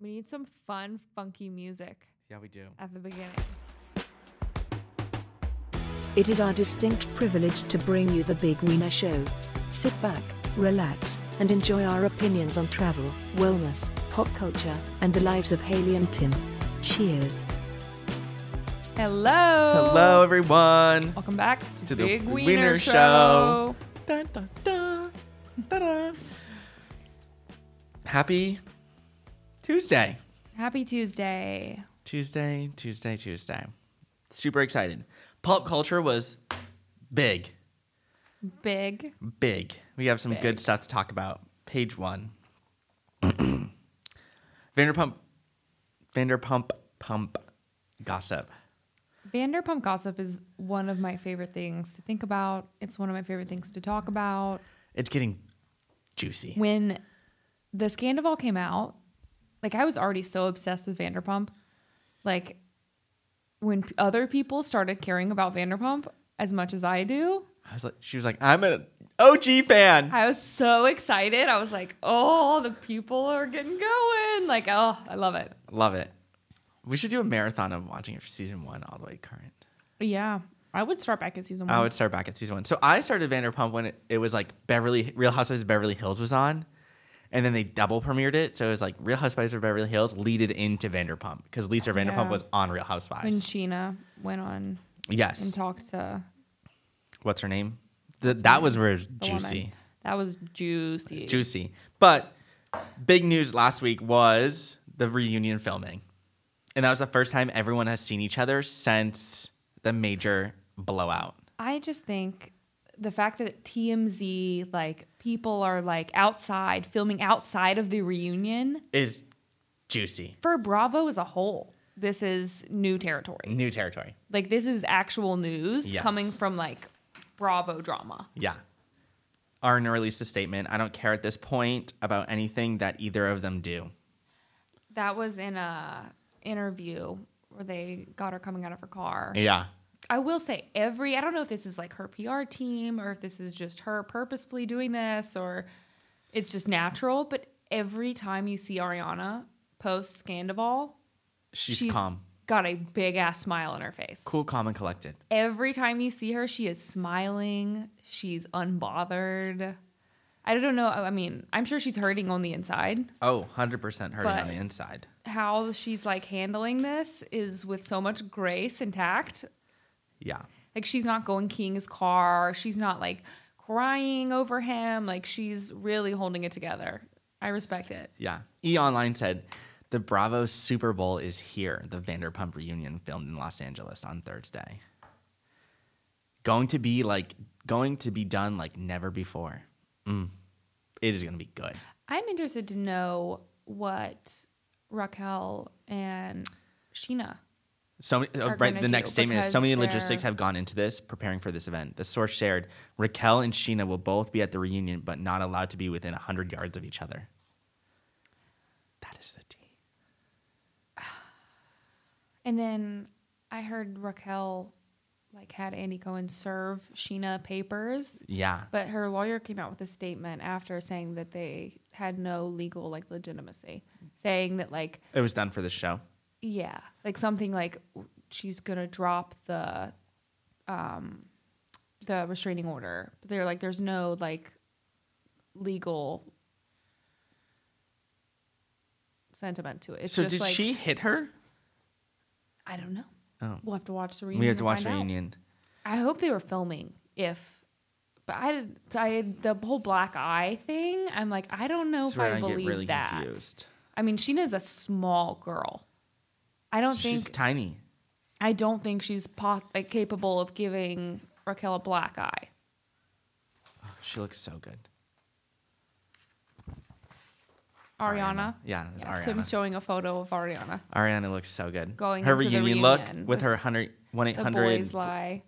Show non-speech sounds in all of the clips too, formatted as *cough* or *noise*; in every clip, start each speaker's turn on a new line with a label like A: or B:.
A: We need some fun, funky music
B: Yeah, we do.
A: at the beginning.
C: It is our distinct privilege to bring you the Big Wiener Show. Sit back, relax, and enjoy our opinions on travel, wellness, pop culture, and the lives of Haley and Tim. Cheers.
A: Hello.
B: Hello, everyone.
A: Welcome back to,
B: To the
A: Big Wiener,
B: Wiener
A: Show.
B: Show. Dun, dun, dun. Ta-da. Happy Tuesday.
A: Happy Tuesday.
B: Tuesday, Tuesday, Tuesday. Super excited. Pulp culture was big,
A: Big.
B: big. We have some
A: Big.
B: good stuff to talk about. Page one. *clears throat* Vanderpump, Vanderpump, pump, gossip.
A: Vanderpump Gossip is one of my favorite things to think about. It's one of my favorite things to talk about.
B: It's getting juicy.
A: When the Scandival came out, like I was already so obsessed with Vanderpump. Like when p- other people started caring about Vanderpump as much as I do,
B: I was like, she was like, I'm an OG fan.
A: I was so excited. I was like, oh, the people are getting going. Like, oh, I love it.
B: Love it. We should do a marathon of watching it for season one all the way current.
A: Yeah. I would start back at season one.
B: I would start back at season one. So I started Vanderpump when it, it was like Beverly Real Housewives of Beverly Hills was on, and then they double premiered it. So it was like Real Housewives of Beverly Hills leaded into Vanderpump because Lisa Vanderpump
A: Yeah.
B: was on Real
A: when
B: Housewives.
A: Sheena went on and
B: yes,
A: talked to
B: what's her name? Th- that was where it was
A: the woman.
B: juicy,
A: That was juicy.
B: juicy. But big news last week was the reunion filming, and that was the first time everyone has seen each other since the major blowout.
A: I just think the fact that TMZ, like, people are like outside, filming outside of the reunion
B: Is juicy,
A: for Bravo as a whole, this is new territory.
B: new territory.
A: Like, this is actual news
B: Yes.
A: coming from like Bravo drama.
B: Yeah. Arna released a statement. I don't care at this point about anything that either of them do.
A: That was in a interview where they got her coming out of her car.
B: Yeah.
A: I will say every I don't know if this is like her PR team or if this is just her purposefully doing this or it's just natural, but every time you see Ariana post Scandival,
B: She's
A: she's
B: calm,
A: Got a big ass smile on her face.
B: cool, calm, and collected.
A: Every time you see her, she is smiling. She's unbothered. I don't know. I mean, I'm sure she's hurting on the inside.
B: Oh, 100% hurting
A: But-
B: on the inside.
A: How she's like handling this is with so much grace and tact.
B: Yeah.
A: Like she's not going keying his car. She's not like crying over him. Like she's really holding it together. I respect it.
B: Yeah. E Online said the Bravo Super Bowl is here, the Vanderpump reunion filmed in Los Angeles on Thursday. Going to be like, going to be done like never before. Mm. It is going to be good.
A: I'm interested to know what Raquel and Sheena.
B: So many- uh,
A: are
B: right,
A: gonna
B: the next
A: do
B: statement is so
A: because
B: many
A: they're-
B: logistics have gone into this preparing for this event. The source shared Raquel and Sheena will both be at the reunion, but not allowed to be within 100 yards of each other. That is the tea.
A: And then I heard Raquel like had Andy Cohen serve Sheena papers,
B: Yeah.
A: but her lawyer came out with a statement after saying that they had no legal like legitimacy, saying that like
B: It was done for the show.
A: Yeah, like something like w- she's gonna drop the, um, the restraining order. But they're like, there's no like legal sentiment to it. It's
B: so
A: just
B: did
A: like
B: she hit her?
A: I don't know.
B: Oh.
A: We'll have to watch the reunion.
B: We have to watch
A: find
B: the
A: out.
B: reunion.
A: I hope they were filming. If, but I did. I the whole black eye thing. I'm like, I don't know
B: That's
A: if
B: where
A: I,
B: I get
A: believe
B: really
A: that.
B: confused.
A: I mean, Sheena's a small girl. I don't
B: She's
A: think
B: tiny.
A: I don't think she's pos- like capable of giving Raquel a black eye.
B: Oh, she looks so good.
A: Ariana.
B: Yeah, that's Ariana.
A: Tim's showing a photo of Ariana.
B: Ariana looks so good.
A: Going
B: her
A: into the
B: reunion, look
A: reunion
B: with
A: was
B: her 100,
A: The
B: 1-800
A: Boys Lie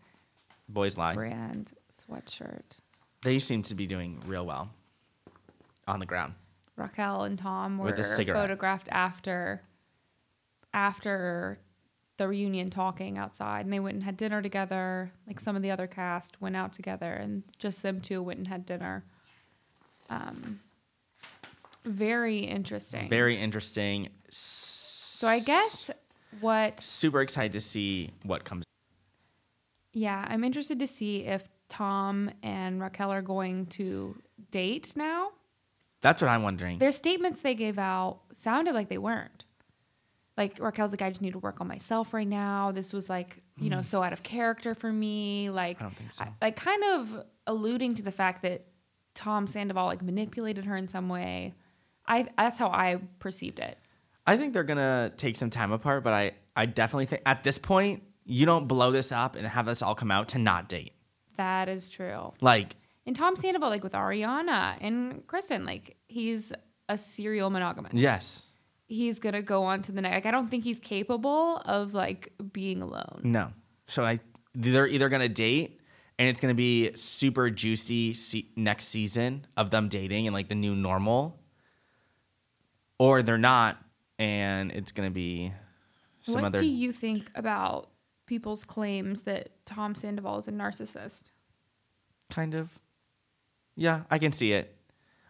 B: boys lie.
A: brand sweatshirt.
B: they seem to be doing real well on the ground.
A: Raquel and Tom were
B: With a cigarette.
A: photographed after after the reunion talking outside and they went and had dinner together. Like some of the other cast went out together and just them two went and had dinner. Um Very interesting.
B: Very interesting.
A: so I guess what
B: Super excited to see what comes.
A: yeah, I'm interested to see if Tom and Raquel are going to date now.
B: That's what I'm wondering.
A: Their statements they gave out sounded like they weren't. Like Raquel's like, I just need to work on myself right now. This was like, you know, so out of character for me. Like,
B: Hmm. I don't think so.
A: like kind of alluding to the fact that Tom Sandoval like manipulated her in some way. I that's how I perceived it.
B: I think they're gonna take some time apart, but I, I definitely think at this point you don't blow this up and have this all come out to not date.
A: That is true.
B: Like
A: And Tom Sandoval, like with Ariana and Kristen, like he's a serial monogamist.
B: yes,
A: He's gonna go on to the next. Like I don't think he's capable of like being alone.
B: no. So I they're either gonna date and it's gonna be super juicy se- next season of them dating and like the new normal, or they're not and it's gonna be some
A: what
B: other.
A: do you think about people's claims that Tom Sandoval is a narcissist?
B: kind of. Yeah, I can see it.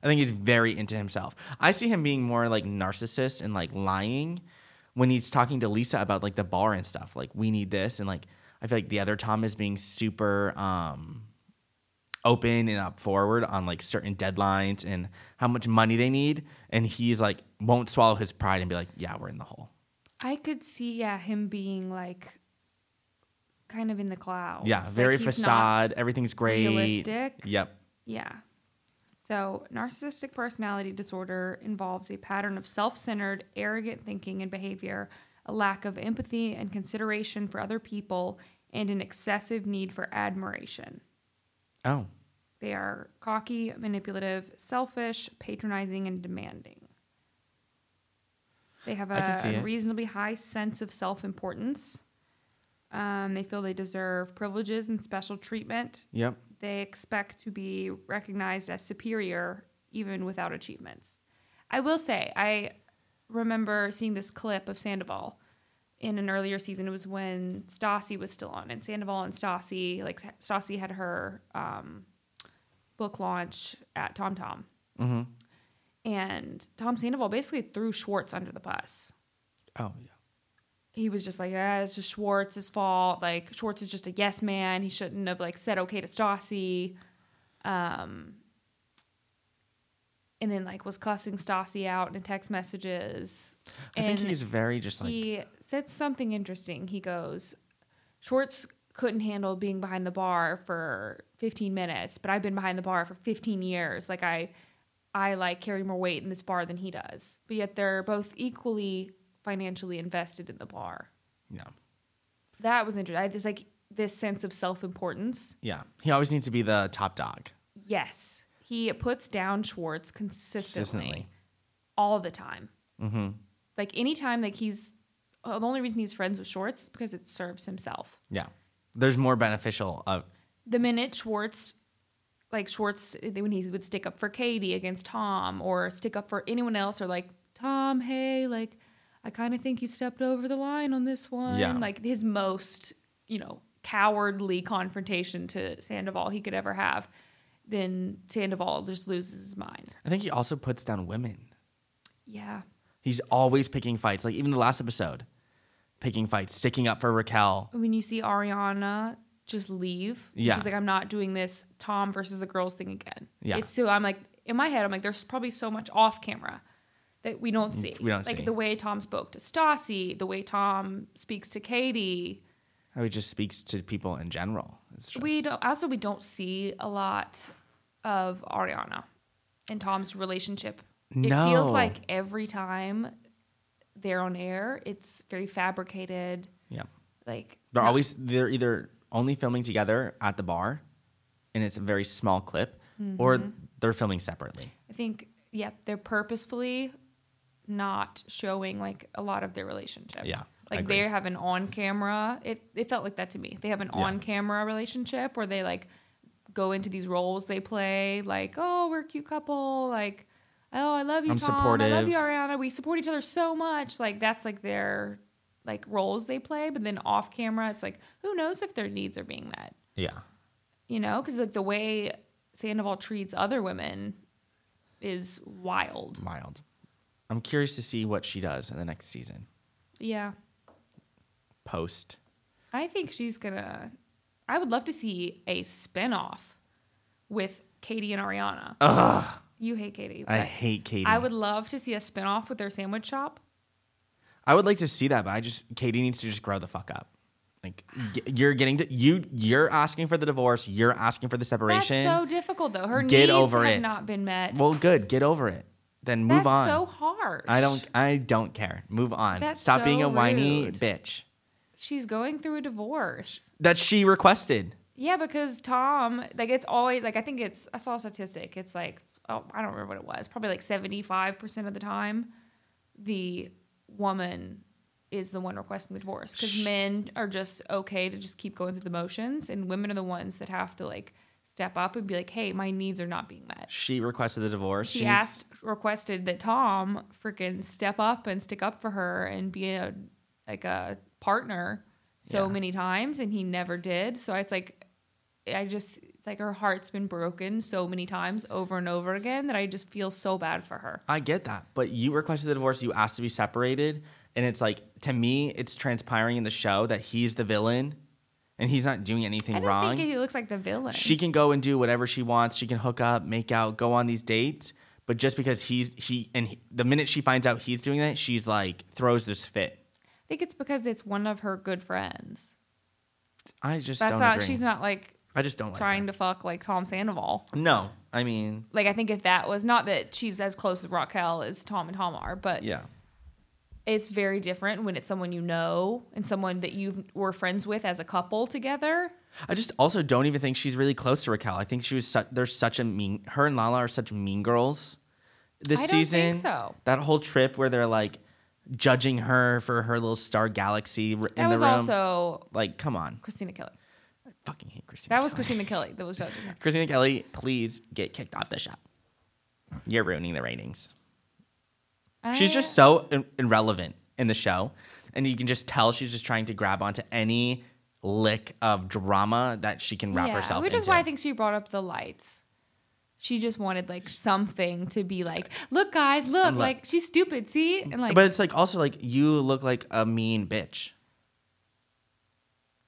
B: I think he's very into himself. I see him being more like narcissist and like lying when he's talking to Lisa about like the bar and stuff. Like we need this and like I feel like the other Tom is being super um open and up forward on like certain deadlines and how much money they need and he's like won't swallow his pride and be like, "Yeah, we're in the hole."
A: I could see, yeah, him being like kind of in the clouds.
B: Yeah,
A: Like,
B: very
A: he's not-
B: facade, everything's great.
A: realistic.
B: Yep.
A: Yeah. So, narcissistic personality disorder involves a pattern of self centered, arrogant thinking and behavior, a lack of empathy and consideration for other people, and an excessive need for admiration.
B: Oh.
A: They are cocky, manipulative, selfish, patronizing, and demanding. They have
B: I can see
A: a
B: it.
A: reasonably high sense of self importance. Um, they feel they deserve privileges and special treatment
B: Yep.
A: they expect to be recognized as superior even without achievements. I will say, I remember seeing this clip of Sandoval in an earlier season. It was when Stassi was still on, and Sandoval and Stassi, like Stassi had her um, book launch at TomTom. And Tom Sandoval basically threw Schwartz under the bus
B: Oh, yeah.
A: he was just like, ah, it's just Schwartz's fault. Like Schwartz is just a yes man. He shouldn't have like said okay to Stassi. Um, and then like was cussing Stassi out in text messages.
B: I think
A: And
B: he's very just like
A: he said something interesting. He goes, Schwartz couldn't handle being behind the bar for 15 minutes, but I've been behind the bar for 15 years. Like I, I like carry more weight in this bar than he does. But yet they're both equally financially invested in the bar.
B: yeah.
A: That was interesting. I had this like this sense of self importance.
B: Yeah. He always needs to be the top dog.
A: Yes, he puts down Schwartz consistently,
B: Consistently.
A: all the time. Mm-hmm. Like anytime, like he's uh, the only reason he's friends with Schwartz is because it serves himself.
B: Yeah. There's more beneficial of
A: the minute Schwartz, like Schwartz, when he would stick up for Katie against Tom or stick up for anyone else, or like, Tom, hey, like, I kind of think you stepped over the line on this one.
B: Yeah.
A: Like his most, you know, cowardly confrontation to Sandoval he could ever have, then Sandoval just loses his mind.
B: I think he also puts down women.
A: Yeah.
B: He's always picking fights. Like even the last episode, picking fights, sticking up for Raquel.
A: When you see Ariana just leave, and
B: Yeah.
A: she's like, I'm not doing this Tom versus the girls thing again.
B: Yeah.
A: It's so I'm like in my head, I'm like, there's probably so much off camera that we don't see.
B: Mm, We don't
A: like
B: see.
A: the way Tom spoke to Stassi, the way Tom speaks to Katie.
B: How he just speaks to people in general. It's just,
A: We don't also we don't see a lot of Ariana and Tom's relationship. It feels
B: No.
A: like every time they're on air, it's very fabricated.
B: Yeah.
A: Like
B: They're
A: not-
B: always they're either only filming together at the bar and it's a very small clip or they're filming separately.
A: I think, yeah, they're purposefully not showing like a lot of their relationship.
B: Yeah, I
A: Like
B: agree.
A: they have an on camera. It it felt like that to me. They have an on camera relationship where they like go into these roles they play, like, oh, we're a cute couple, like, oh, I love you,
B: I'm
A: Tom. I love you,
B: supportive.
A: Ariana. We support each other so much. Like that's like their like roles they play, but then off camera, it's like, who knows if their needs are being met
B: Yeah.
A: you know because like the way sandoval treats other women is wild.
B: Wild. I'm curious to see what she does in the next season.
A: Yeah.
B: Post.
A: I think she's gonna. I would love to see a spinoff with Katie and Ariana. You hate Katie.
B: I
A: but
B: hate Katie.
A: I would love to see a spinoff with their sandwich shop.
B: I would like to see that, but I just Katie needs to just grow the fuck up. Like g- you're getting to, you you're asking for the divorce. You're asking for the separation.
A: That's so difficult though. Her
B: Get
A: needs
B: over
A: have
B: it.
A: not been met.
B: well, good. Get over it. Then move
A: That's
B: on.
A: so harsh.
B: I don't I don't care. Move on.
A: That's
B: Stop being
A: so
B: a whiny
A: rude.
B: bitch.
A: She's going through a divorce.
B: That she requested.
A: Yeah, because Tom, like, it's always like I think it's I saw a statistic. It's like oh, I don't remember what it was. Probably like seventy five percent of the time, the woman is the one requesting the divorce because men are just okay to just keep going through the motions, and women are the ones that have to like step up and be like, "Hey, my needs are not being met."
B: She requested the divorce.
A: She
B: needs-
A: asked, requested that Tom freaking step up and stick up for her and be a like a partner so
B: Yeah.
A: many times, and he never did. So it's like, I just it's like her heart's been broken so many times over and over again that I just feel so bad for her.
B: I get that, but you requested the divorce. You asked to be separated, and it's like to me, it's transpiring in the show that he's the villain, and he's not doing anything
A: I don't
B: wrong.
A: think he looks like the villain.
B: she can go and do whatever she wants. She can hook up, make out, go on these dates. But just because he's he and he, the minute she finds out he's doing that, she's like throws this fit.
A: I think it's because it's one of her good friends.
B: I just
A: That's
B: don't
A: not.
B: agree.
A: She's not like
B: I just don't like
A: trying to fuck like Tom Sandoval.
B: to. No, I mean,
A: Like I think if that was not that she's as close with Raquel as Tom and Tom are, but
B: yeah,
A: it's very different when it's someone you know and someone that you were friends with as a couple together.
B: I just also don't even think she's really close to Raquel. I think she was such. There's such a mean. Her and Lala are such mean girls. This
A: I don't think
B: season,
A: so.
B: that whole trip where they're like judging her for her little star galaxy r- in
A: that
B: the
A: was
B: room.
A: also
B: like, come on,
A: Christina Kelly.
B: I fucking hate Christina.
A: That was
B: Kelly.
A: Christina Kelly that was judging her.
B: Christina Kelly. Please get kicked off the show. You're ruining the ratings. She's
A: I-
B: just so in- irrelevant in the show, and you can just tell she's just trying to grab onto any lick of drama that she can *laughs* wrap
A: Yeah,
B: herself
A: Which
B: into.
A: is why I think she brought up the lights. She just wanted like something to be like, look guys, look,
B: like-
A: like she's stupid, see? And like
B: but it's like also like you look like a mean bitch.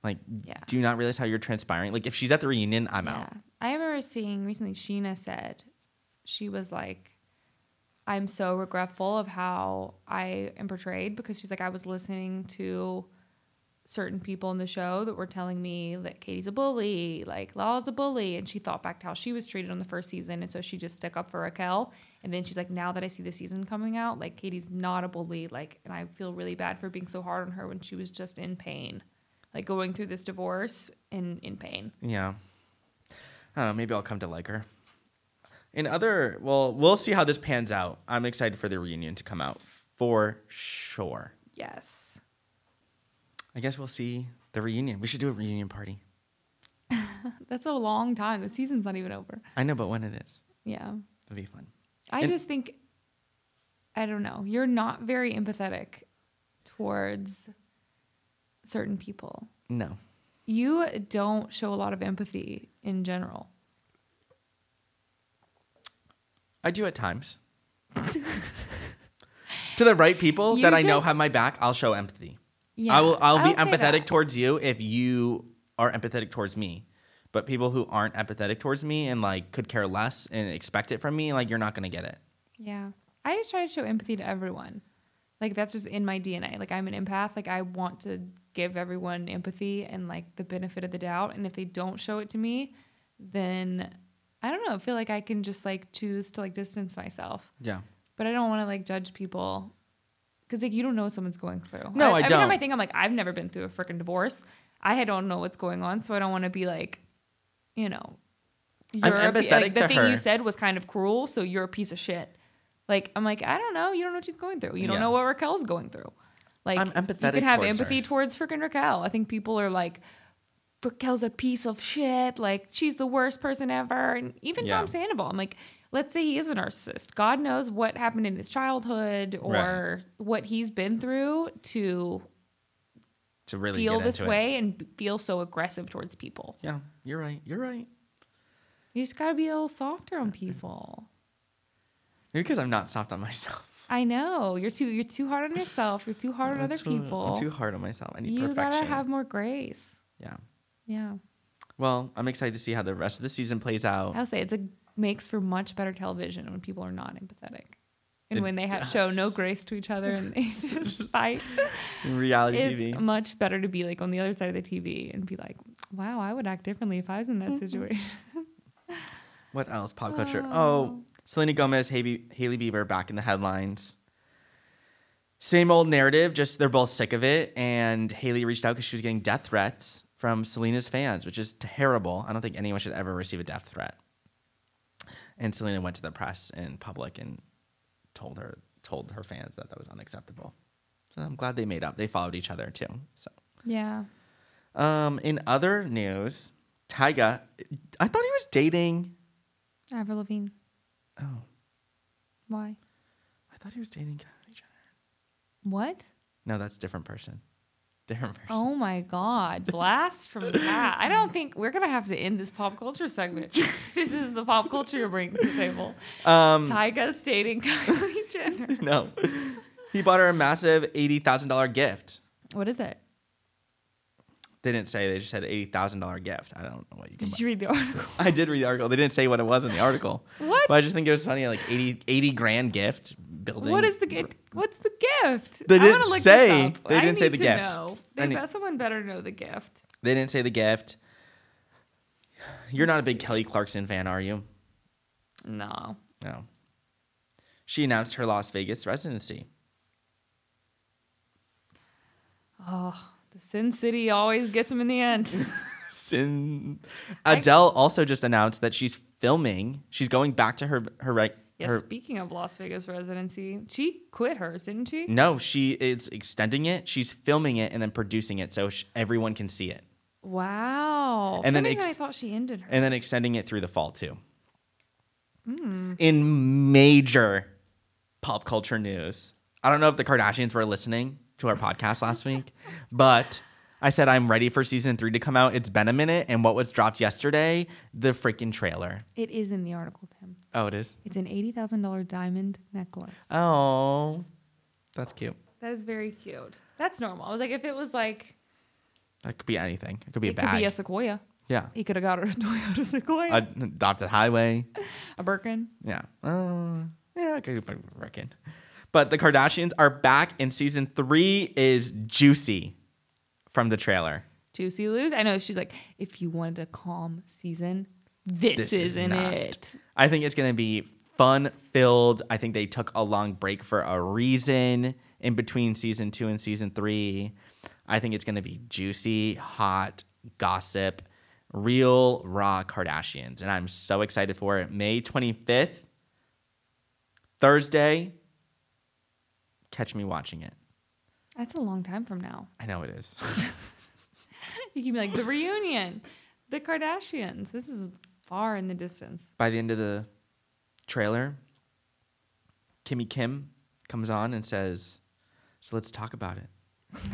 B: Like,
A: Yeah.
B: do you not realize how you're transpiring? Like, if she's at the reunion, I'm out.
A: I remember seeing recently Sheena said she was like, I'm so regretful of how I am portrayed because she's like, I was listening to certain people in the show that were telling me that Katie's a bully, like Lala's a bully. And she thought back to how she was treated on the first season. And so she just stuck up for Raquel. And then she's like, now that I see the season coming out, like Katie's not a bully. Like, and I feel really bad for being so hard on her when she was just in pain, like going through this divorce and in pain.
B: Yeah. I don't know. Maybe I'll come to like her. In other, well, we'll see how this pans out. I'm excited for the reunion to come out for sure.
A: Yes.
B: I guess we'll see the reunion. We should do a reunion party.
A: That's a long time. The season's not even over.
B: I know, but when it is,
A: Yeah.
B: it'll be fun.
A: I
B: And-
A: just think, I don't know. You're not very empathetic towards certain people.
B: No.
A: You don't show a lot of empathy in general.
B: I do
A: *laughs*
B: at times. to the right people
A: You
B: that I know
A: just-
B: have my back, I'll show empathy.
A: Yeah,
B: I will I'll be
A: I'll say
B: empathetic
A: that.
B: towards you if you are empathetic towards me. But people who aren't empathetic towards me and like could care less and expect it from me, like you're not gonna get it.
A: Yeah. I just try to show empathy to everyone. Like that's just in my DNA. Like I'm an empath. Like I want to give everyone empathy and like the benefit of the doubt. And if they don't show it to me, then I don't know. I feel like I can just like choose to like distance myself.
B: Yeah.
A: But I don't want to like judge people because like you don't know what someone's going through.
B: No, I
A: every
B: don't.
A: time I think I'm like I've never been through a freaking divorce. I don't know what's going on, so I don't want to be like, you know,
B: I'm
A: a pi-
B: empathetic
A: like, the
B: to
A: thing
B: her.
A: you said was kind of cruel, so you're a piece of shit. Like I'm like I don't know. You don't know what she's going through. You don't
B: Yeah.
A: know what Raquel's going through. Like
B: I'm
A: You
B: empathetic
A: can have
B: towards
A: empathy
B: her.
A: towards freaking Raquel. I think people are like. Raquel's a piece of shit. Like she's the worst person ever. And even
B: Yeah.
A: Tom Sandoval, I'm like, let's say he is a narcissist. God knows what happened in his childhood or what he's been through to
B: To really
A: feel
B: get
A: this
B: into it.
A: way and b- feel so aggressive towards people.
B: Yeah, you're right. You're right.
A: You just gotta be a little softer on people.
B: Maybe because I'm not soft on myself.
A: I know you're too you're too hard on yourself. You're too hard on other
B: That's what-
A: people.
B: I'm too hard on myself. I need
A: you
B: perfection.
A: gotta have more grace.
B: yeah.
A: Yeah,
B: Well, I'm excited to see how the rest of the season plays out.
A: I'll say it's a makes for much better television when people are not empathetic and
B: It
A: when they ha-
B: does.
A: show no grace to each other and *laughs* they
B: *laughs*
A: just fight.
B: in reality
A: it's
B: TV.
A: much better to be like on the other side of the TV and be like, "Wow, I would act differently if I was in that
B: Mm-hmm.
A: situation." *laughs*
B: What else? Pop culture. Oh, Selena Gomez, Haley, Haley Bieber back in the headlines. Same old narrative, just they're both sick of it. And Haley reached out because she was getting death threats from Selena's fans, which is terrible. I don't think anyone should ever receive a death threat. And Selena went to the press in public and told her told her fans that that was unacceptable. So I'm glad they made up. They followed each other too. So
A: yeah.
B: um, in other news, Tyga, I thought he was dating.
A: Avril Lavigne.
B: Oh,
A: Why?
B: I thought he was dating Kylie Jenner.
A: What?
B: No, that's a different person. *laughs* Different person.
A: Oh my God! Blast from that! I don't think we're gonna have to end this pop culture
B: *laughs*
A: segment. this is the pop culture you're bringing to the table.
B: Um,
A: Tyga's dating *laughs* Kylie Jenner.
B: no. he bought her a massive eighty thousand dollar gift.
A: What is it?
B: They didn't say. They just said eighty thousand dollar gift. I don't know what you. Can
A: Did
B: buy.
A: you read the article?
B: *laughs* I did read the article. They didn't say what it was in the *laughs* article.
A: What?
B: But I just think it was funny. Like 80, 80 grand gift building.
A: What is the gift? What's the gift?
B: They
A: I wanna
B: didn't
A: look this
B: say.
A: up.
B: They
A: I
B: didn't say
A: need
B: the
A: to
B: gift.
A: Know.
B: I
A: They
B: need-
A: bet someone better know the gift.
B: They didn't say the gift. You're not a big Kelly Clarkson fan, are you?
A: No.
B: No. She announced her Las Vegas residency.
A: Oh, the Sin City always gets them in the
B: *laughs*
A: end.
B: Sin. Adele also just announced that she's filming. She's going back to her her reg-
A: yes.
B: her.
A: Speaking of Las Vegas residency, she quit hers, didn't she?
B: No, she is extending it. She's filming it and then producing it so sh- everyone can see it,
A: Wow.
B: And
A: And
B: then
A: then I
B: ex-
A: thought she ended her.
B: and then extending it through the fall too. Hmm. In major pop culture news, I don't know if the Kardashians were listening to our podcast *laughs* last week, but. I said I'm ready for season three to come out. It's been a minute, and what was dropped yesterday? The freaking trailer.
A: it is in the article, Tim.
B: Oh, it is.
A: It's an eighty thousand dollar diamond necklace.
B: Oh, that's cute.
A: that is very cute. That's normal. I was like, if it was like,
B: That could be anything. It could be
A: it
B: a bag.
A: could be a sequoia.
B: yeah.
A: He could have got her a *laughs* Toyota Sequoia,
B: A adopted highway.
A: a Birkin.
B: Yeah. Uh, yeah, I could I reckon. But the Kardashians are back, and season three is juicy from the trailer.
A: Juicy Lou's. I know she's like, if you wanted a calm season, this,
B: This is
A: isn't
B: not.
A: it.
B: I think it's going to be fun filled. I think they took a long break for a reason in between season two and season three. I think it's going to be juicy, hot gossip, real raw Kardashians. And I'm so excited for it. May 25th, Thursday. Catch me watching it.
A: That's a long time from now.
B: I know it is. *laughs*
A: You can be like the reunion, the Kardashians. This is far in the distance.
B: By the end of the trailer, Kimmy Kim comes on and says, So let's talk about it.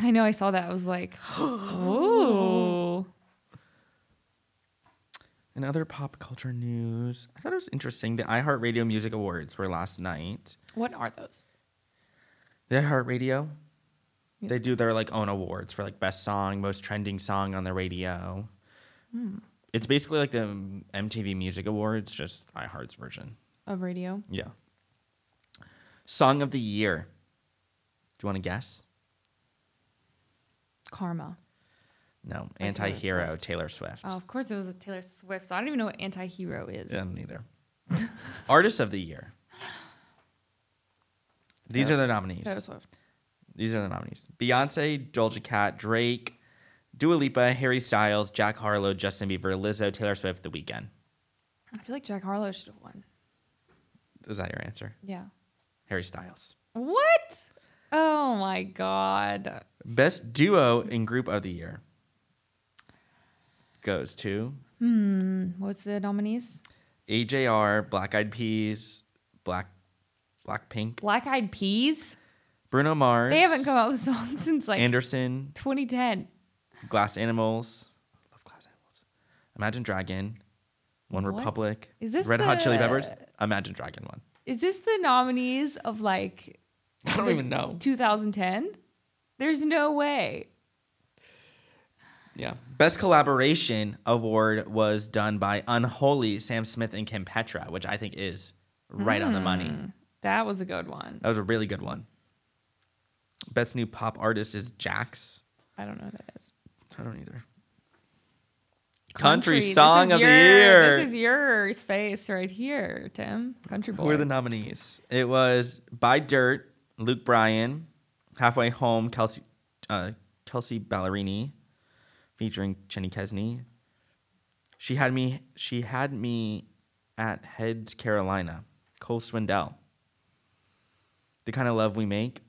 A: I know. I saw that. I was *gasps* like, oh,
B: In other pop culture news, I thought it was interesting. The iHeartRadio Music Awards were last night.
A: what are those?
B: The iHeartRadio,
A: Yeah.
B: they do their like own awards for like best song, most trending song on the radio. It's basically like the um, MTV Music Awards, just iHeart's version.
A: Of radio.
B: Yeah. Song of the year. Do you want to guess?
A: Karma.
B: No.
A: Taylor
B: Anti hero, Taylor Swift.
A: Oh, of course, it was a Taylor Swift. So I don't even know what anti-hero is.
B: Yeah, neither. Artist of the year. These are the nominees.
A: Taylor Swift.
B: These are the nominees: Beyonce, Doja Cat, Drake, Dua Lipa, Harry Styles, Jack Harlow, Justin Bieber, Lizzo, Taylor Swift, The Weeknd.
A: I feel like Jack Harlow should have won.
B: Is that your answer?
A: Yeah.
B: Harry Styles.
A: What? Oh my God.
B: Best duo and group of the year goes to
A: What's the nominees?
B: AJR, Black Eyed Peas, Black Blackpink,
A: Black Eyed Peas.
B: Bruno Mars.
A: They haven't come out with a song *laughs* since like
B: Anderson,
A: 2010.
B: Glass Animals. I love Glass Animals. Imagine Dragon, One
A: What?
B: Republic.
A: Is this
B: Red Hot Chili
A: the-
B: Peppers? Imagine Dragon one. *laughs*
A: Is this the nominees of like
B: I don't even know.
A: 2010? There's no way.
B: *laughs* Yeah. Best collaboration award was done by Unholy, Sam Smith, and Kim Petra, which I think is right on the money.
A: Hmm. That was a good one.
B: That was a really good one. Best new pop artist is Jax.
A: I don't know what that is.
B: I don't either.
A: Country,
B: Country,
A: this
B: song
A: is
B: of
A: your,
B: the year.
A: This is your space right here, Tim. Country boy.
B: Who are the nominees? It was By Dirt, Luke Bryan, Halfway Home, Kelsey uh, Kelsey Ballerini, featuring Jenny Kesney. She had me. She had me at Heads Carolina. Cole Swindell. The kind of love we make.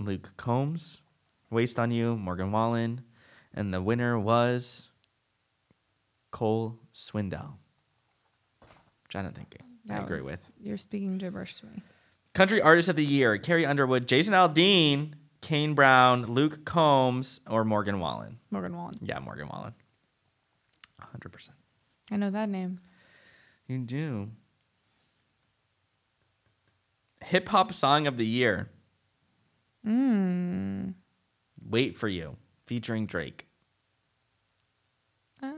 B: Luke Combs, Waste on You, Morgan Wallen, and the winner was Cole Swindell, which I don't think I
A: That
B: agree
A: was-
B: with.
A: You're speaking gibberish to me.
B: Country Artist of the Year, Carrie Underwood, Jason Aldean, Kane Brown, Luke Combs, or Morgan Wallen.
A: Morgan Wallen.
B: Yeah, Morgan Wallen. 100%.
A: I know that name.
B: You do. Hip Hop Song of the Year.
A: Hmm.
B: Mm. Wait for You, featuring Drake.
A: I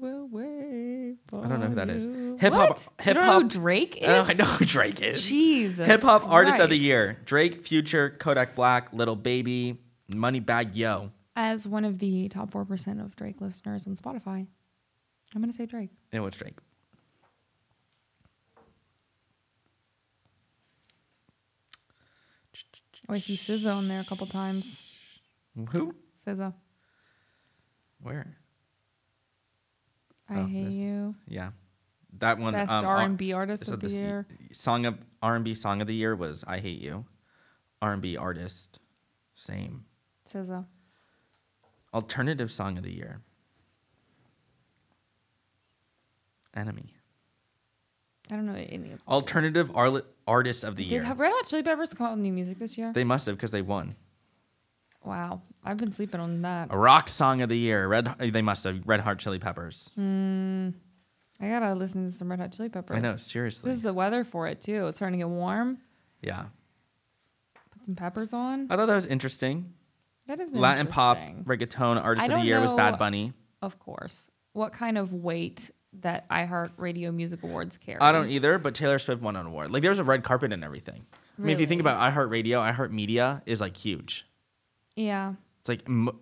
A: will wait.
B: I don't know who that is.
A: for
B: Hip hop-
A: What?
B: hip
A: You don't know who
B: hop-
A: Drake
B: *laughs* I
A: is.
B: know, I know who Drake is.
A: Jesus.
B: Hip Hop Artist of the
A: Christ.
B: Year. Drake, Future, Kodak Black, Little Baby, Moneybag Yo.
A: As one of the top four percent of Drake listeners on Spotify, I'm gonna say Drake.
B: And what's Drake?
A: Oh, I see SZA on there a couple times.
B: Who?
A: SZA,
B: Where?
A: I
B: Oh,
A: hate
B: that's-
A: you.
B: Yeah, that one.
A: Best
B: um,
A: R&B artist
B: so
A: of the
B: this
A: year.
B: Song of R and B song of the year was "I Hate You." R and B artist, same.
A: SZA.
B: Alternative song of the year. Enemy.
A: I don't know any of.
B: Alternative arli artist of the
A: Did
B: year.
A: Red Hot Chili Peppers come out with new music this year?
B: they must have because they won.
A: wow, I've been sleeping on that.
B: A rock song of the year. Red. They must have. Red Hot Chili Peppers.
A: Mm. I gotta listen to some Red Hot Chili Peppers.
B: I know. Seriously.
A: This is the weather for it too. It's starting to get warm.
B: yeah.
A: Put some peppers on.
B: I thought that was interesting.
A: That is
B: Uh, Latin pop
A: interesting.
B: reggaeton
A: I
B: artist of the
A: don't
B: year was
A: know-
B: Bad Bunny.
A: Of course. What kind of weight that iHeart Radio Music Awards carry?
B: I don't either, but Taylor Swift won an award. Like there was a red carpet and everything. I mean, if you think
A: Really?
B: about iHeartRadio, iHeartMedia is like huge.
A: Yeah.
B: It's like m-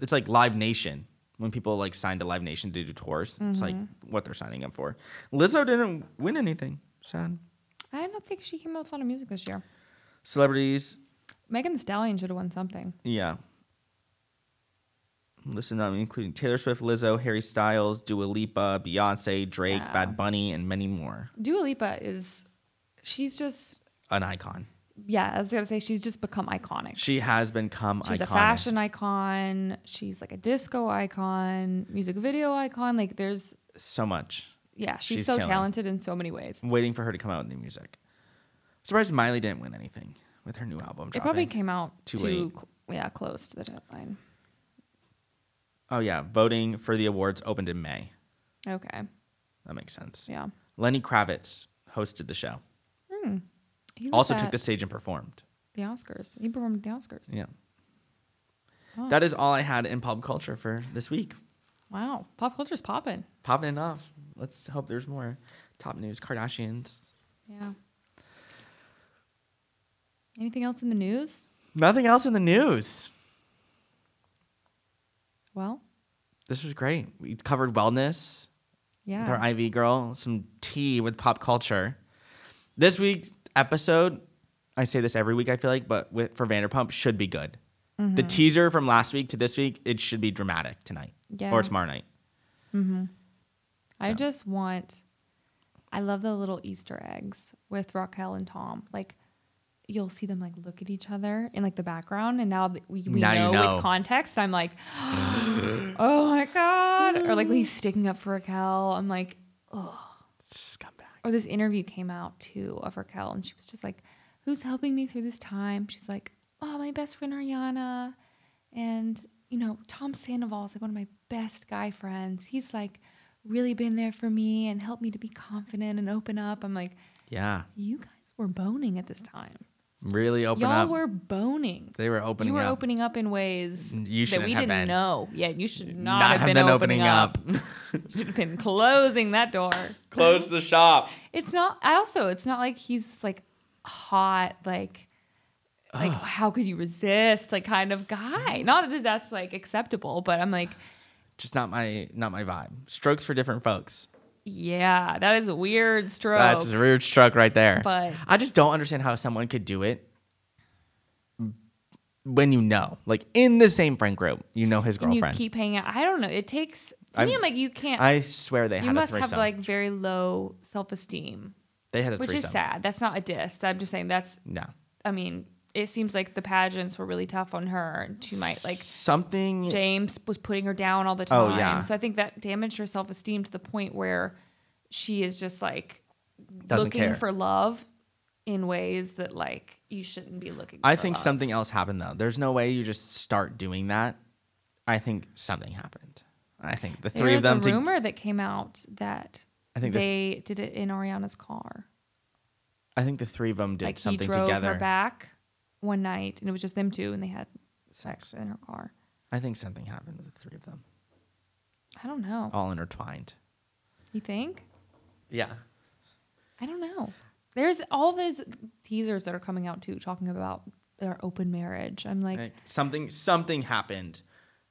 B: it's like Live Nation when people like sign to Live Nation to do tours. It's like
A: Mm-hmm.
B: what they're signing up for. Lizzo didn't win anything. Sad.
A: I don't think she came out with a lot of music this year.
B: Celebrities,
A: Megan Thee Stallion should have won something.
B: yeah. Listen, I mean, including Taylor Swift, Lizzo, Harry Styles, Dua Lipa, Beyonce, Drake,
A: Wow.
B: Bad Bunny, and many more.
A: Dua Lipa is, she's just,
B: An icon.
A: yeah, I was going to say, she's just become iconic.
B: She has become
A: she's
B: iconic.
A: a fashion icon. She's like a disco icon, music video icon. Like there's,
B: so much.
A: yeah, she's,
B: She's
A: so
B: killing.
A: talented in so many ways.
B: I'm waiting for her to come out with new music. I'm surprised Miley didn't win anything with her new album.
A: It probably
B: dropping.
A: came out
B: Too
A: too,
B: late.
A: cl- yeah, close to the deadline.
B: Oh yeah, voting for the awards opened in May.
A: Okay.
B: That makes sense.
A: Yeah.
B: Lenny Kravitz hosted the show.
A: He was
B: also took
A: at
B: the stage and performed.
A: the Oscars. He performed at the Oscars.
B: Yeah.
A: Huh.
B: That is all I had in pop culture for this week.
A: Wow, pop culture's popping.
B: Popping off. Let's hope there's more top news. Kardashians.
A: Yeah. Anything else in the news?
B: Nothing else in the news.
A: Well,
B: This was great. We covered wellness.
A: yeah.
B: with our IV girl, some tea with pop culture. This week's episode, I say this every week, I feel like, but with, for Vanderpump, should be good.
A: Mm-hmm.
B: The teaser from last week to this week, it should be dramatic tonight
A: Yeah.
B: or tomorrow night.
A: I just want. I love the little Easter eggs with Raquel and Tom. Like, you'll see them like look at each other in like the background, and now that we, we
B: Now you
A: know,
B: know.
A: with context. I'm like, *gasps* oh my god! Or like when he's sticking up for Raquel, I'm like,
B: Scumbag.
A: or this interview came out too of Raquel, and she was just like, "Who's helping me through this time?" She's like, "Oh, my best friend Ariana, and you know Tom Sandoval is like one of my best guy friends. He's like really been there for me and helped me to be confident and open up." I'm like,
B: Yeah.
A: You guys were boning at this time.
B: Really open
A: Y'all
B: up.
A: were boning.
B: they were opening
A: you were
B: up.
A: opening up in ways
B: You
A: that
B: shouldn't
A: we
B: have
A: didn't
B: been.
A: know. Yeah, you should not, have, been, opening, up. *laughs* You should have been closing that door.
B: *laughs* Close the shop.
A: It's not. I also. It's not like he's this like hot like like how could you resist like kind of
B: Mm.
A: guy. Not that that's like acceptable, but I'm like,
B: Just not my not my vibe. Strokes for different folks.
A: yeah, that is a weird stroke.
B: That's a weird stroke right there.
A: But-
B: I just don't understand how someone could do it when you know, like in the same friend group, you know his
A: and you
B: girlfriend.
A: keep hanging out. I don't know. It takes to me.
B: I'm-
A: I'm like, you can't.
B: I swear they
A: you
B: had
A: must
B: a
A: have
B: threesome.
A: like very low self esteem,
B: they had a
A: which
B: threesome.
A: is sad. That's not a diss. I'm just saying that's
B: No.
A: I mean, it seems like the pageants were really tough on her. and She might like
B: something.
A: James was putting her down all the
B: Mm. Oh,
A: time.
B: yeah.
A: So I think that damaged her self esteem to the point where she is just like
B: Doesn't
A: looking
B: care.
A: for love in ways that like you shouldn't be looking.
B: I
A: for
B: think
A: love.
B: something else happened though. There's no way you just start doing that. I think something happened. I think the
A: There
B: three of
A: was
B: them.
A: A
B: to-
A: rumor that came out that
B: I think the-
A: they did it in Ariana's car.
B: I think the three of them did
A: like
B: something
A: he drove
B: together.
A: her back one night, and it was just them two, and they had sex in her car.
B: I think something happened with the three of them,
A: I don't know.
B: all intertwined.
A: You think?
B: Yeah.
A: I don't know. There's all those teasers that are coming out too, talking about their open marriage. I'm like,
B: Like, something something happened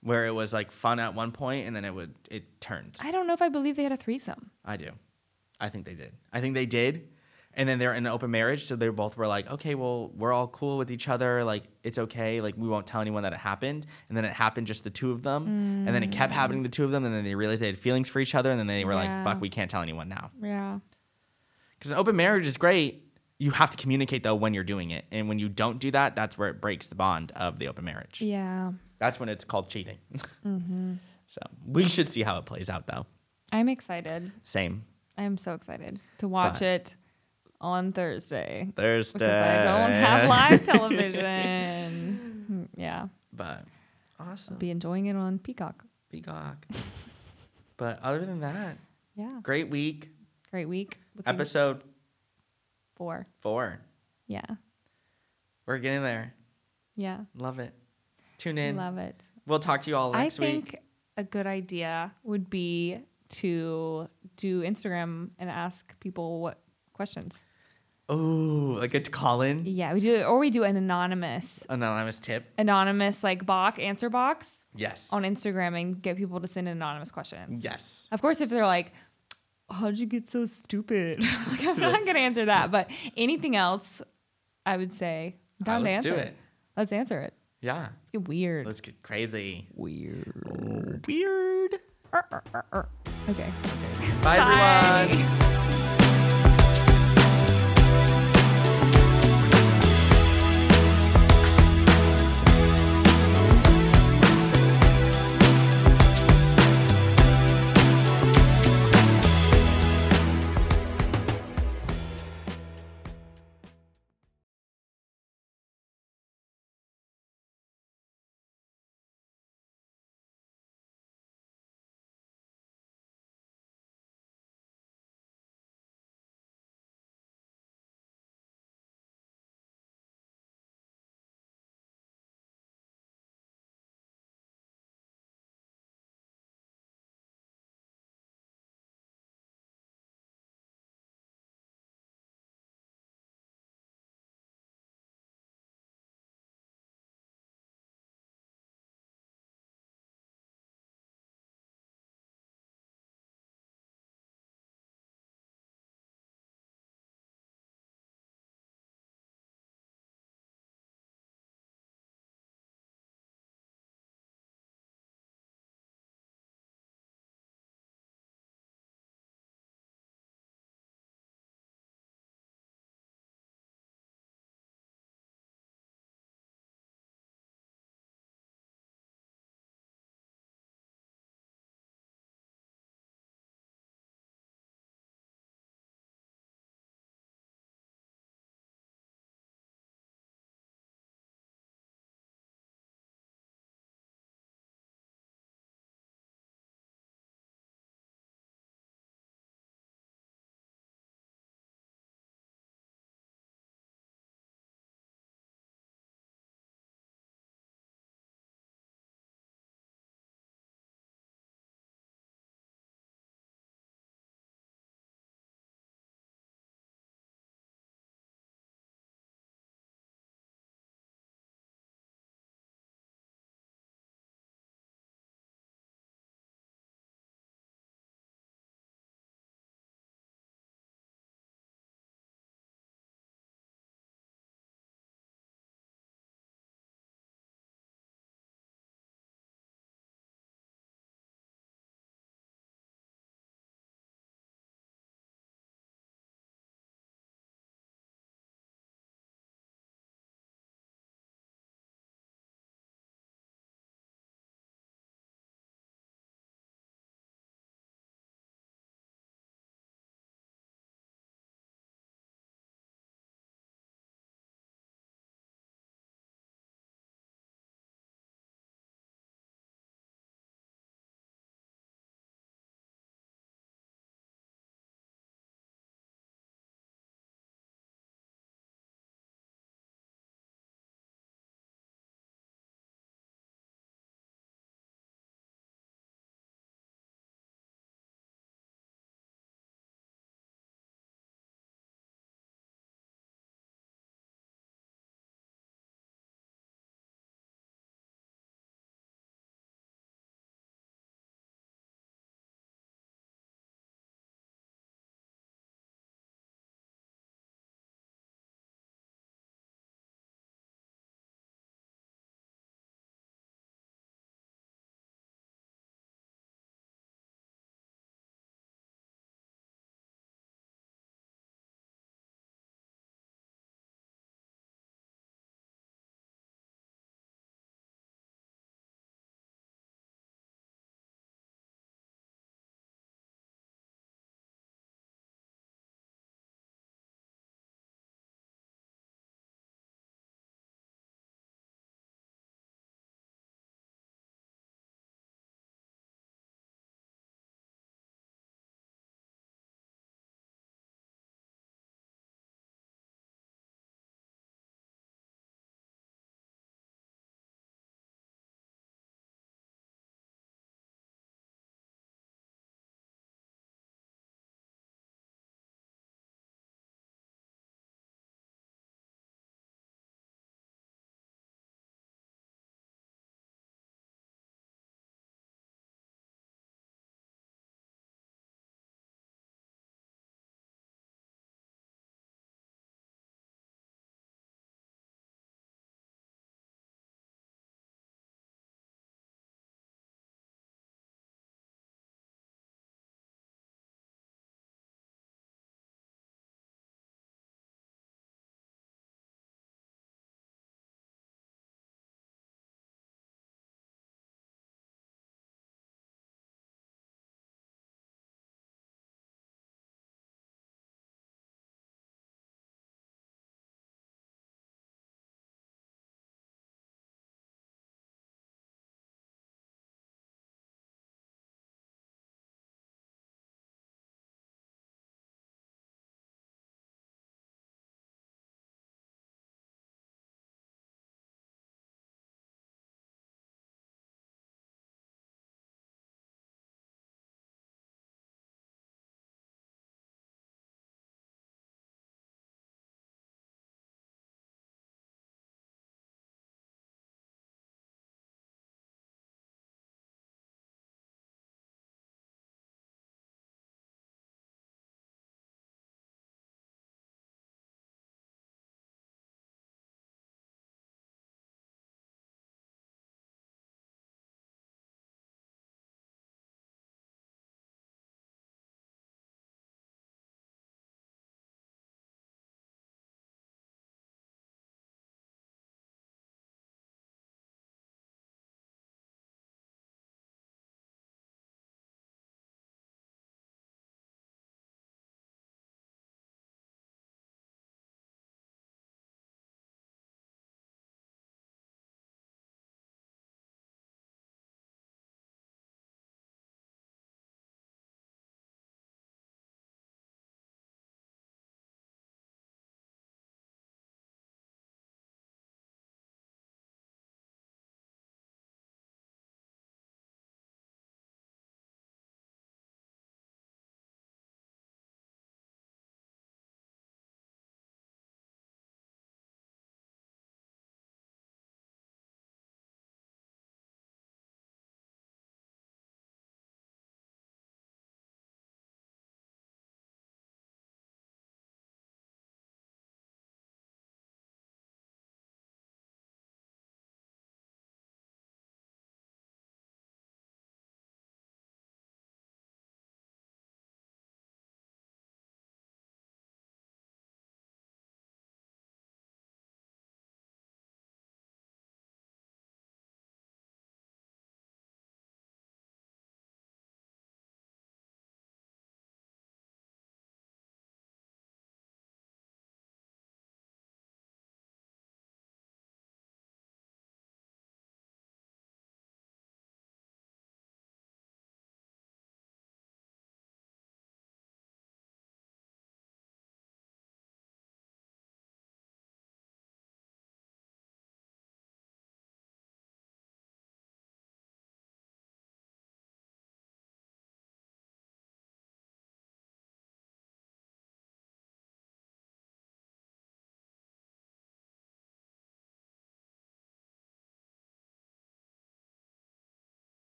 B: where it was like fun at one point and then it would it turned.
A: I don't know if I believe they had a threesome.
B: I do. I think they did. I think they did. And then they're in an open marriage, so they both were like, "Okay, well, we're all cool with each other. Like, it's okay. Like, we won't tell anyone that it happened." And then it happened just the two of them, and then it kept happening to the two of them, and then they realized they had feelings for each other, and then they were
A: Mm. Yeah.
B: like, "Fuck, we can't tell anyone now."
A: Yeah.
B: Because an open marriage is great. You have to communicate though when you're doing it, and when you don't do that, that's where it breaks the bond of the open marriage.
A: Yeah.
B: That's when it's called cheating.
A: Mm-hmm.
B: *laughs* So we should see how it plays out though.
A: I'm excited.
B: Same
A: I'm so excited to watch
B: But-
A: it on Thursday
B: Thursday.
A: because I don't have live *laughs* television. yeah.
B: *laughs* But awesome.
A: Be enjoying it on Peacock.
B: Peacock. but other than that,
A: Yeah.
B: great week.
A: Great week. Looking
B: Episode
A: four.
B: four.
A: Yeah.
B: We're getting there.
A: Yeah.
B: Love it. Tune
A: I
B: in.
A: love it.
B: We'll talk to you all
A: I
B: next
A: think
B: week.
A: a good idea would be to do Instagram and ask people what questions.
B: Oh, like a call in
A: Yeah, we do, or we do an anonymous,
B: anonymous tip.
A: anonymous like box answer box
B: Yes.
A: on Instagram and get people to send in anonymous questions.
B: Yes.
A: Of course, if they're like, "How'd you get so stupid?" *laughs* like, I'm not gonna answer that, but anything else, I would say, I'm down to
B: let's do
A: answer
B: it.
A: Let's answer it.
B: Yeah.
A: Let's get weird.
B: Let's get crazy.
A: weird.
B: Weird.
A: Okay.
B: Bye. Oh. everyone.
A: Bye.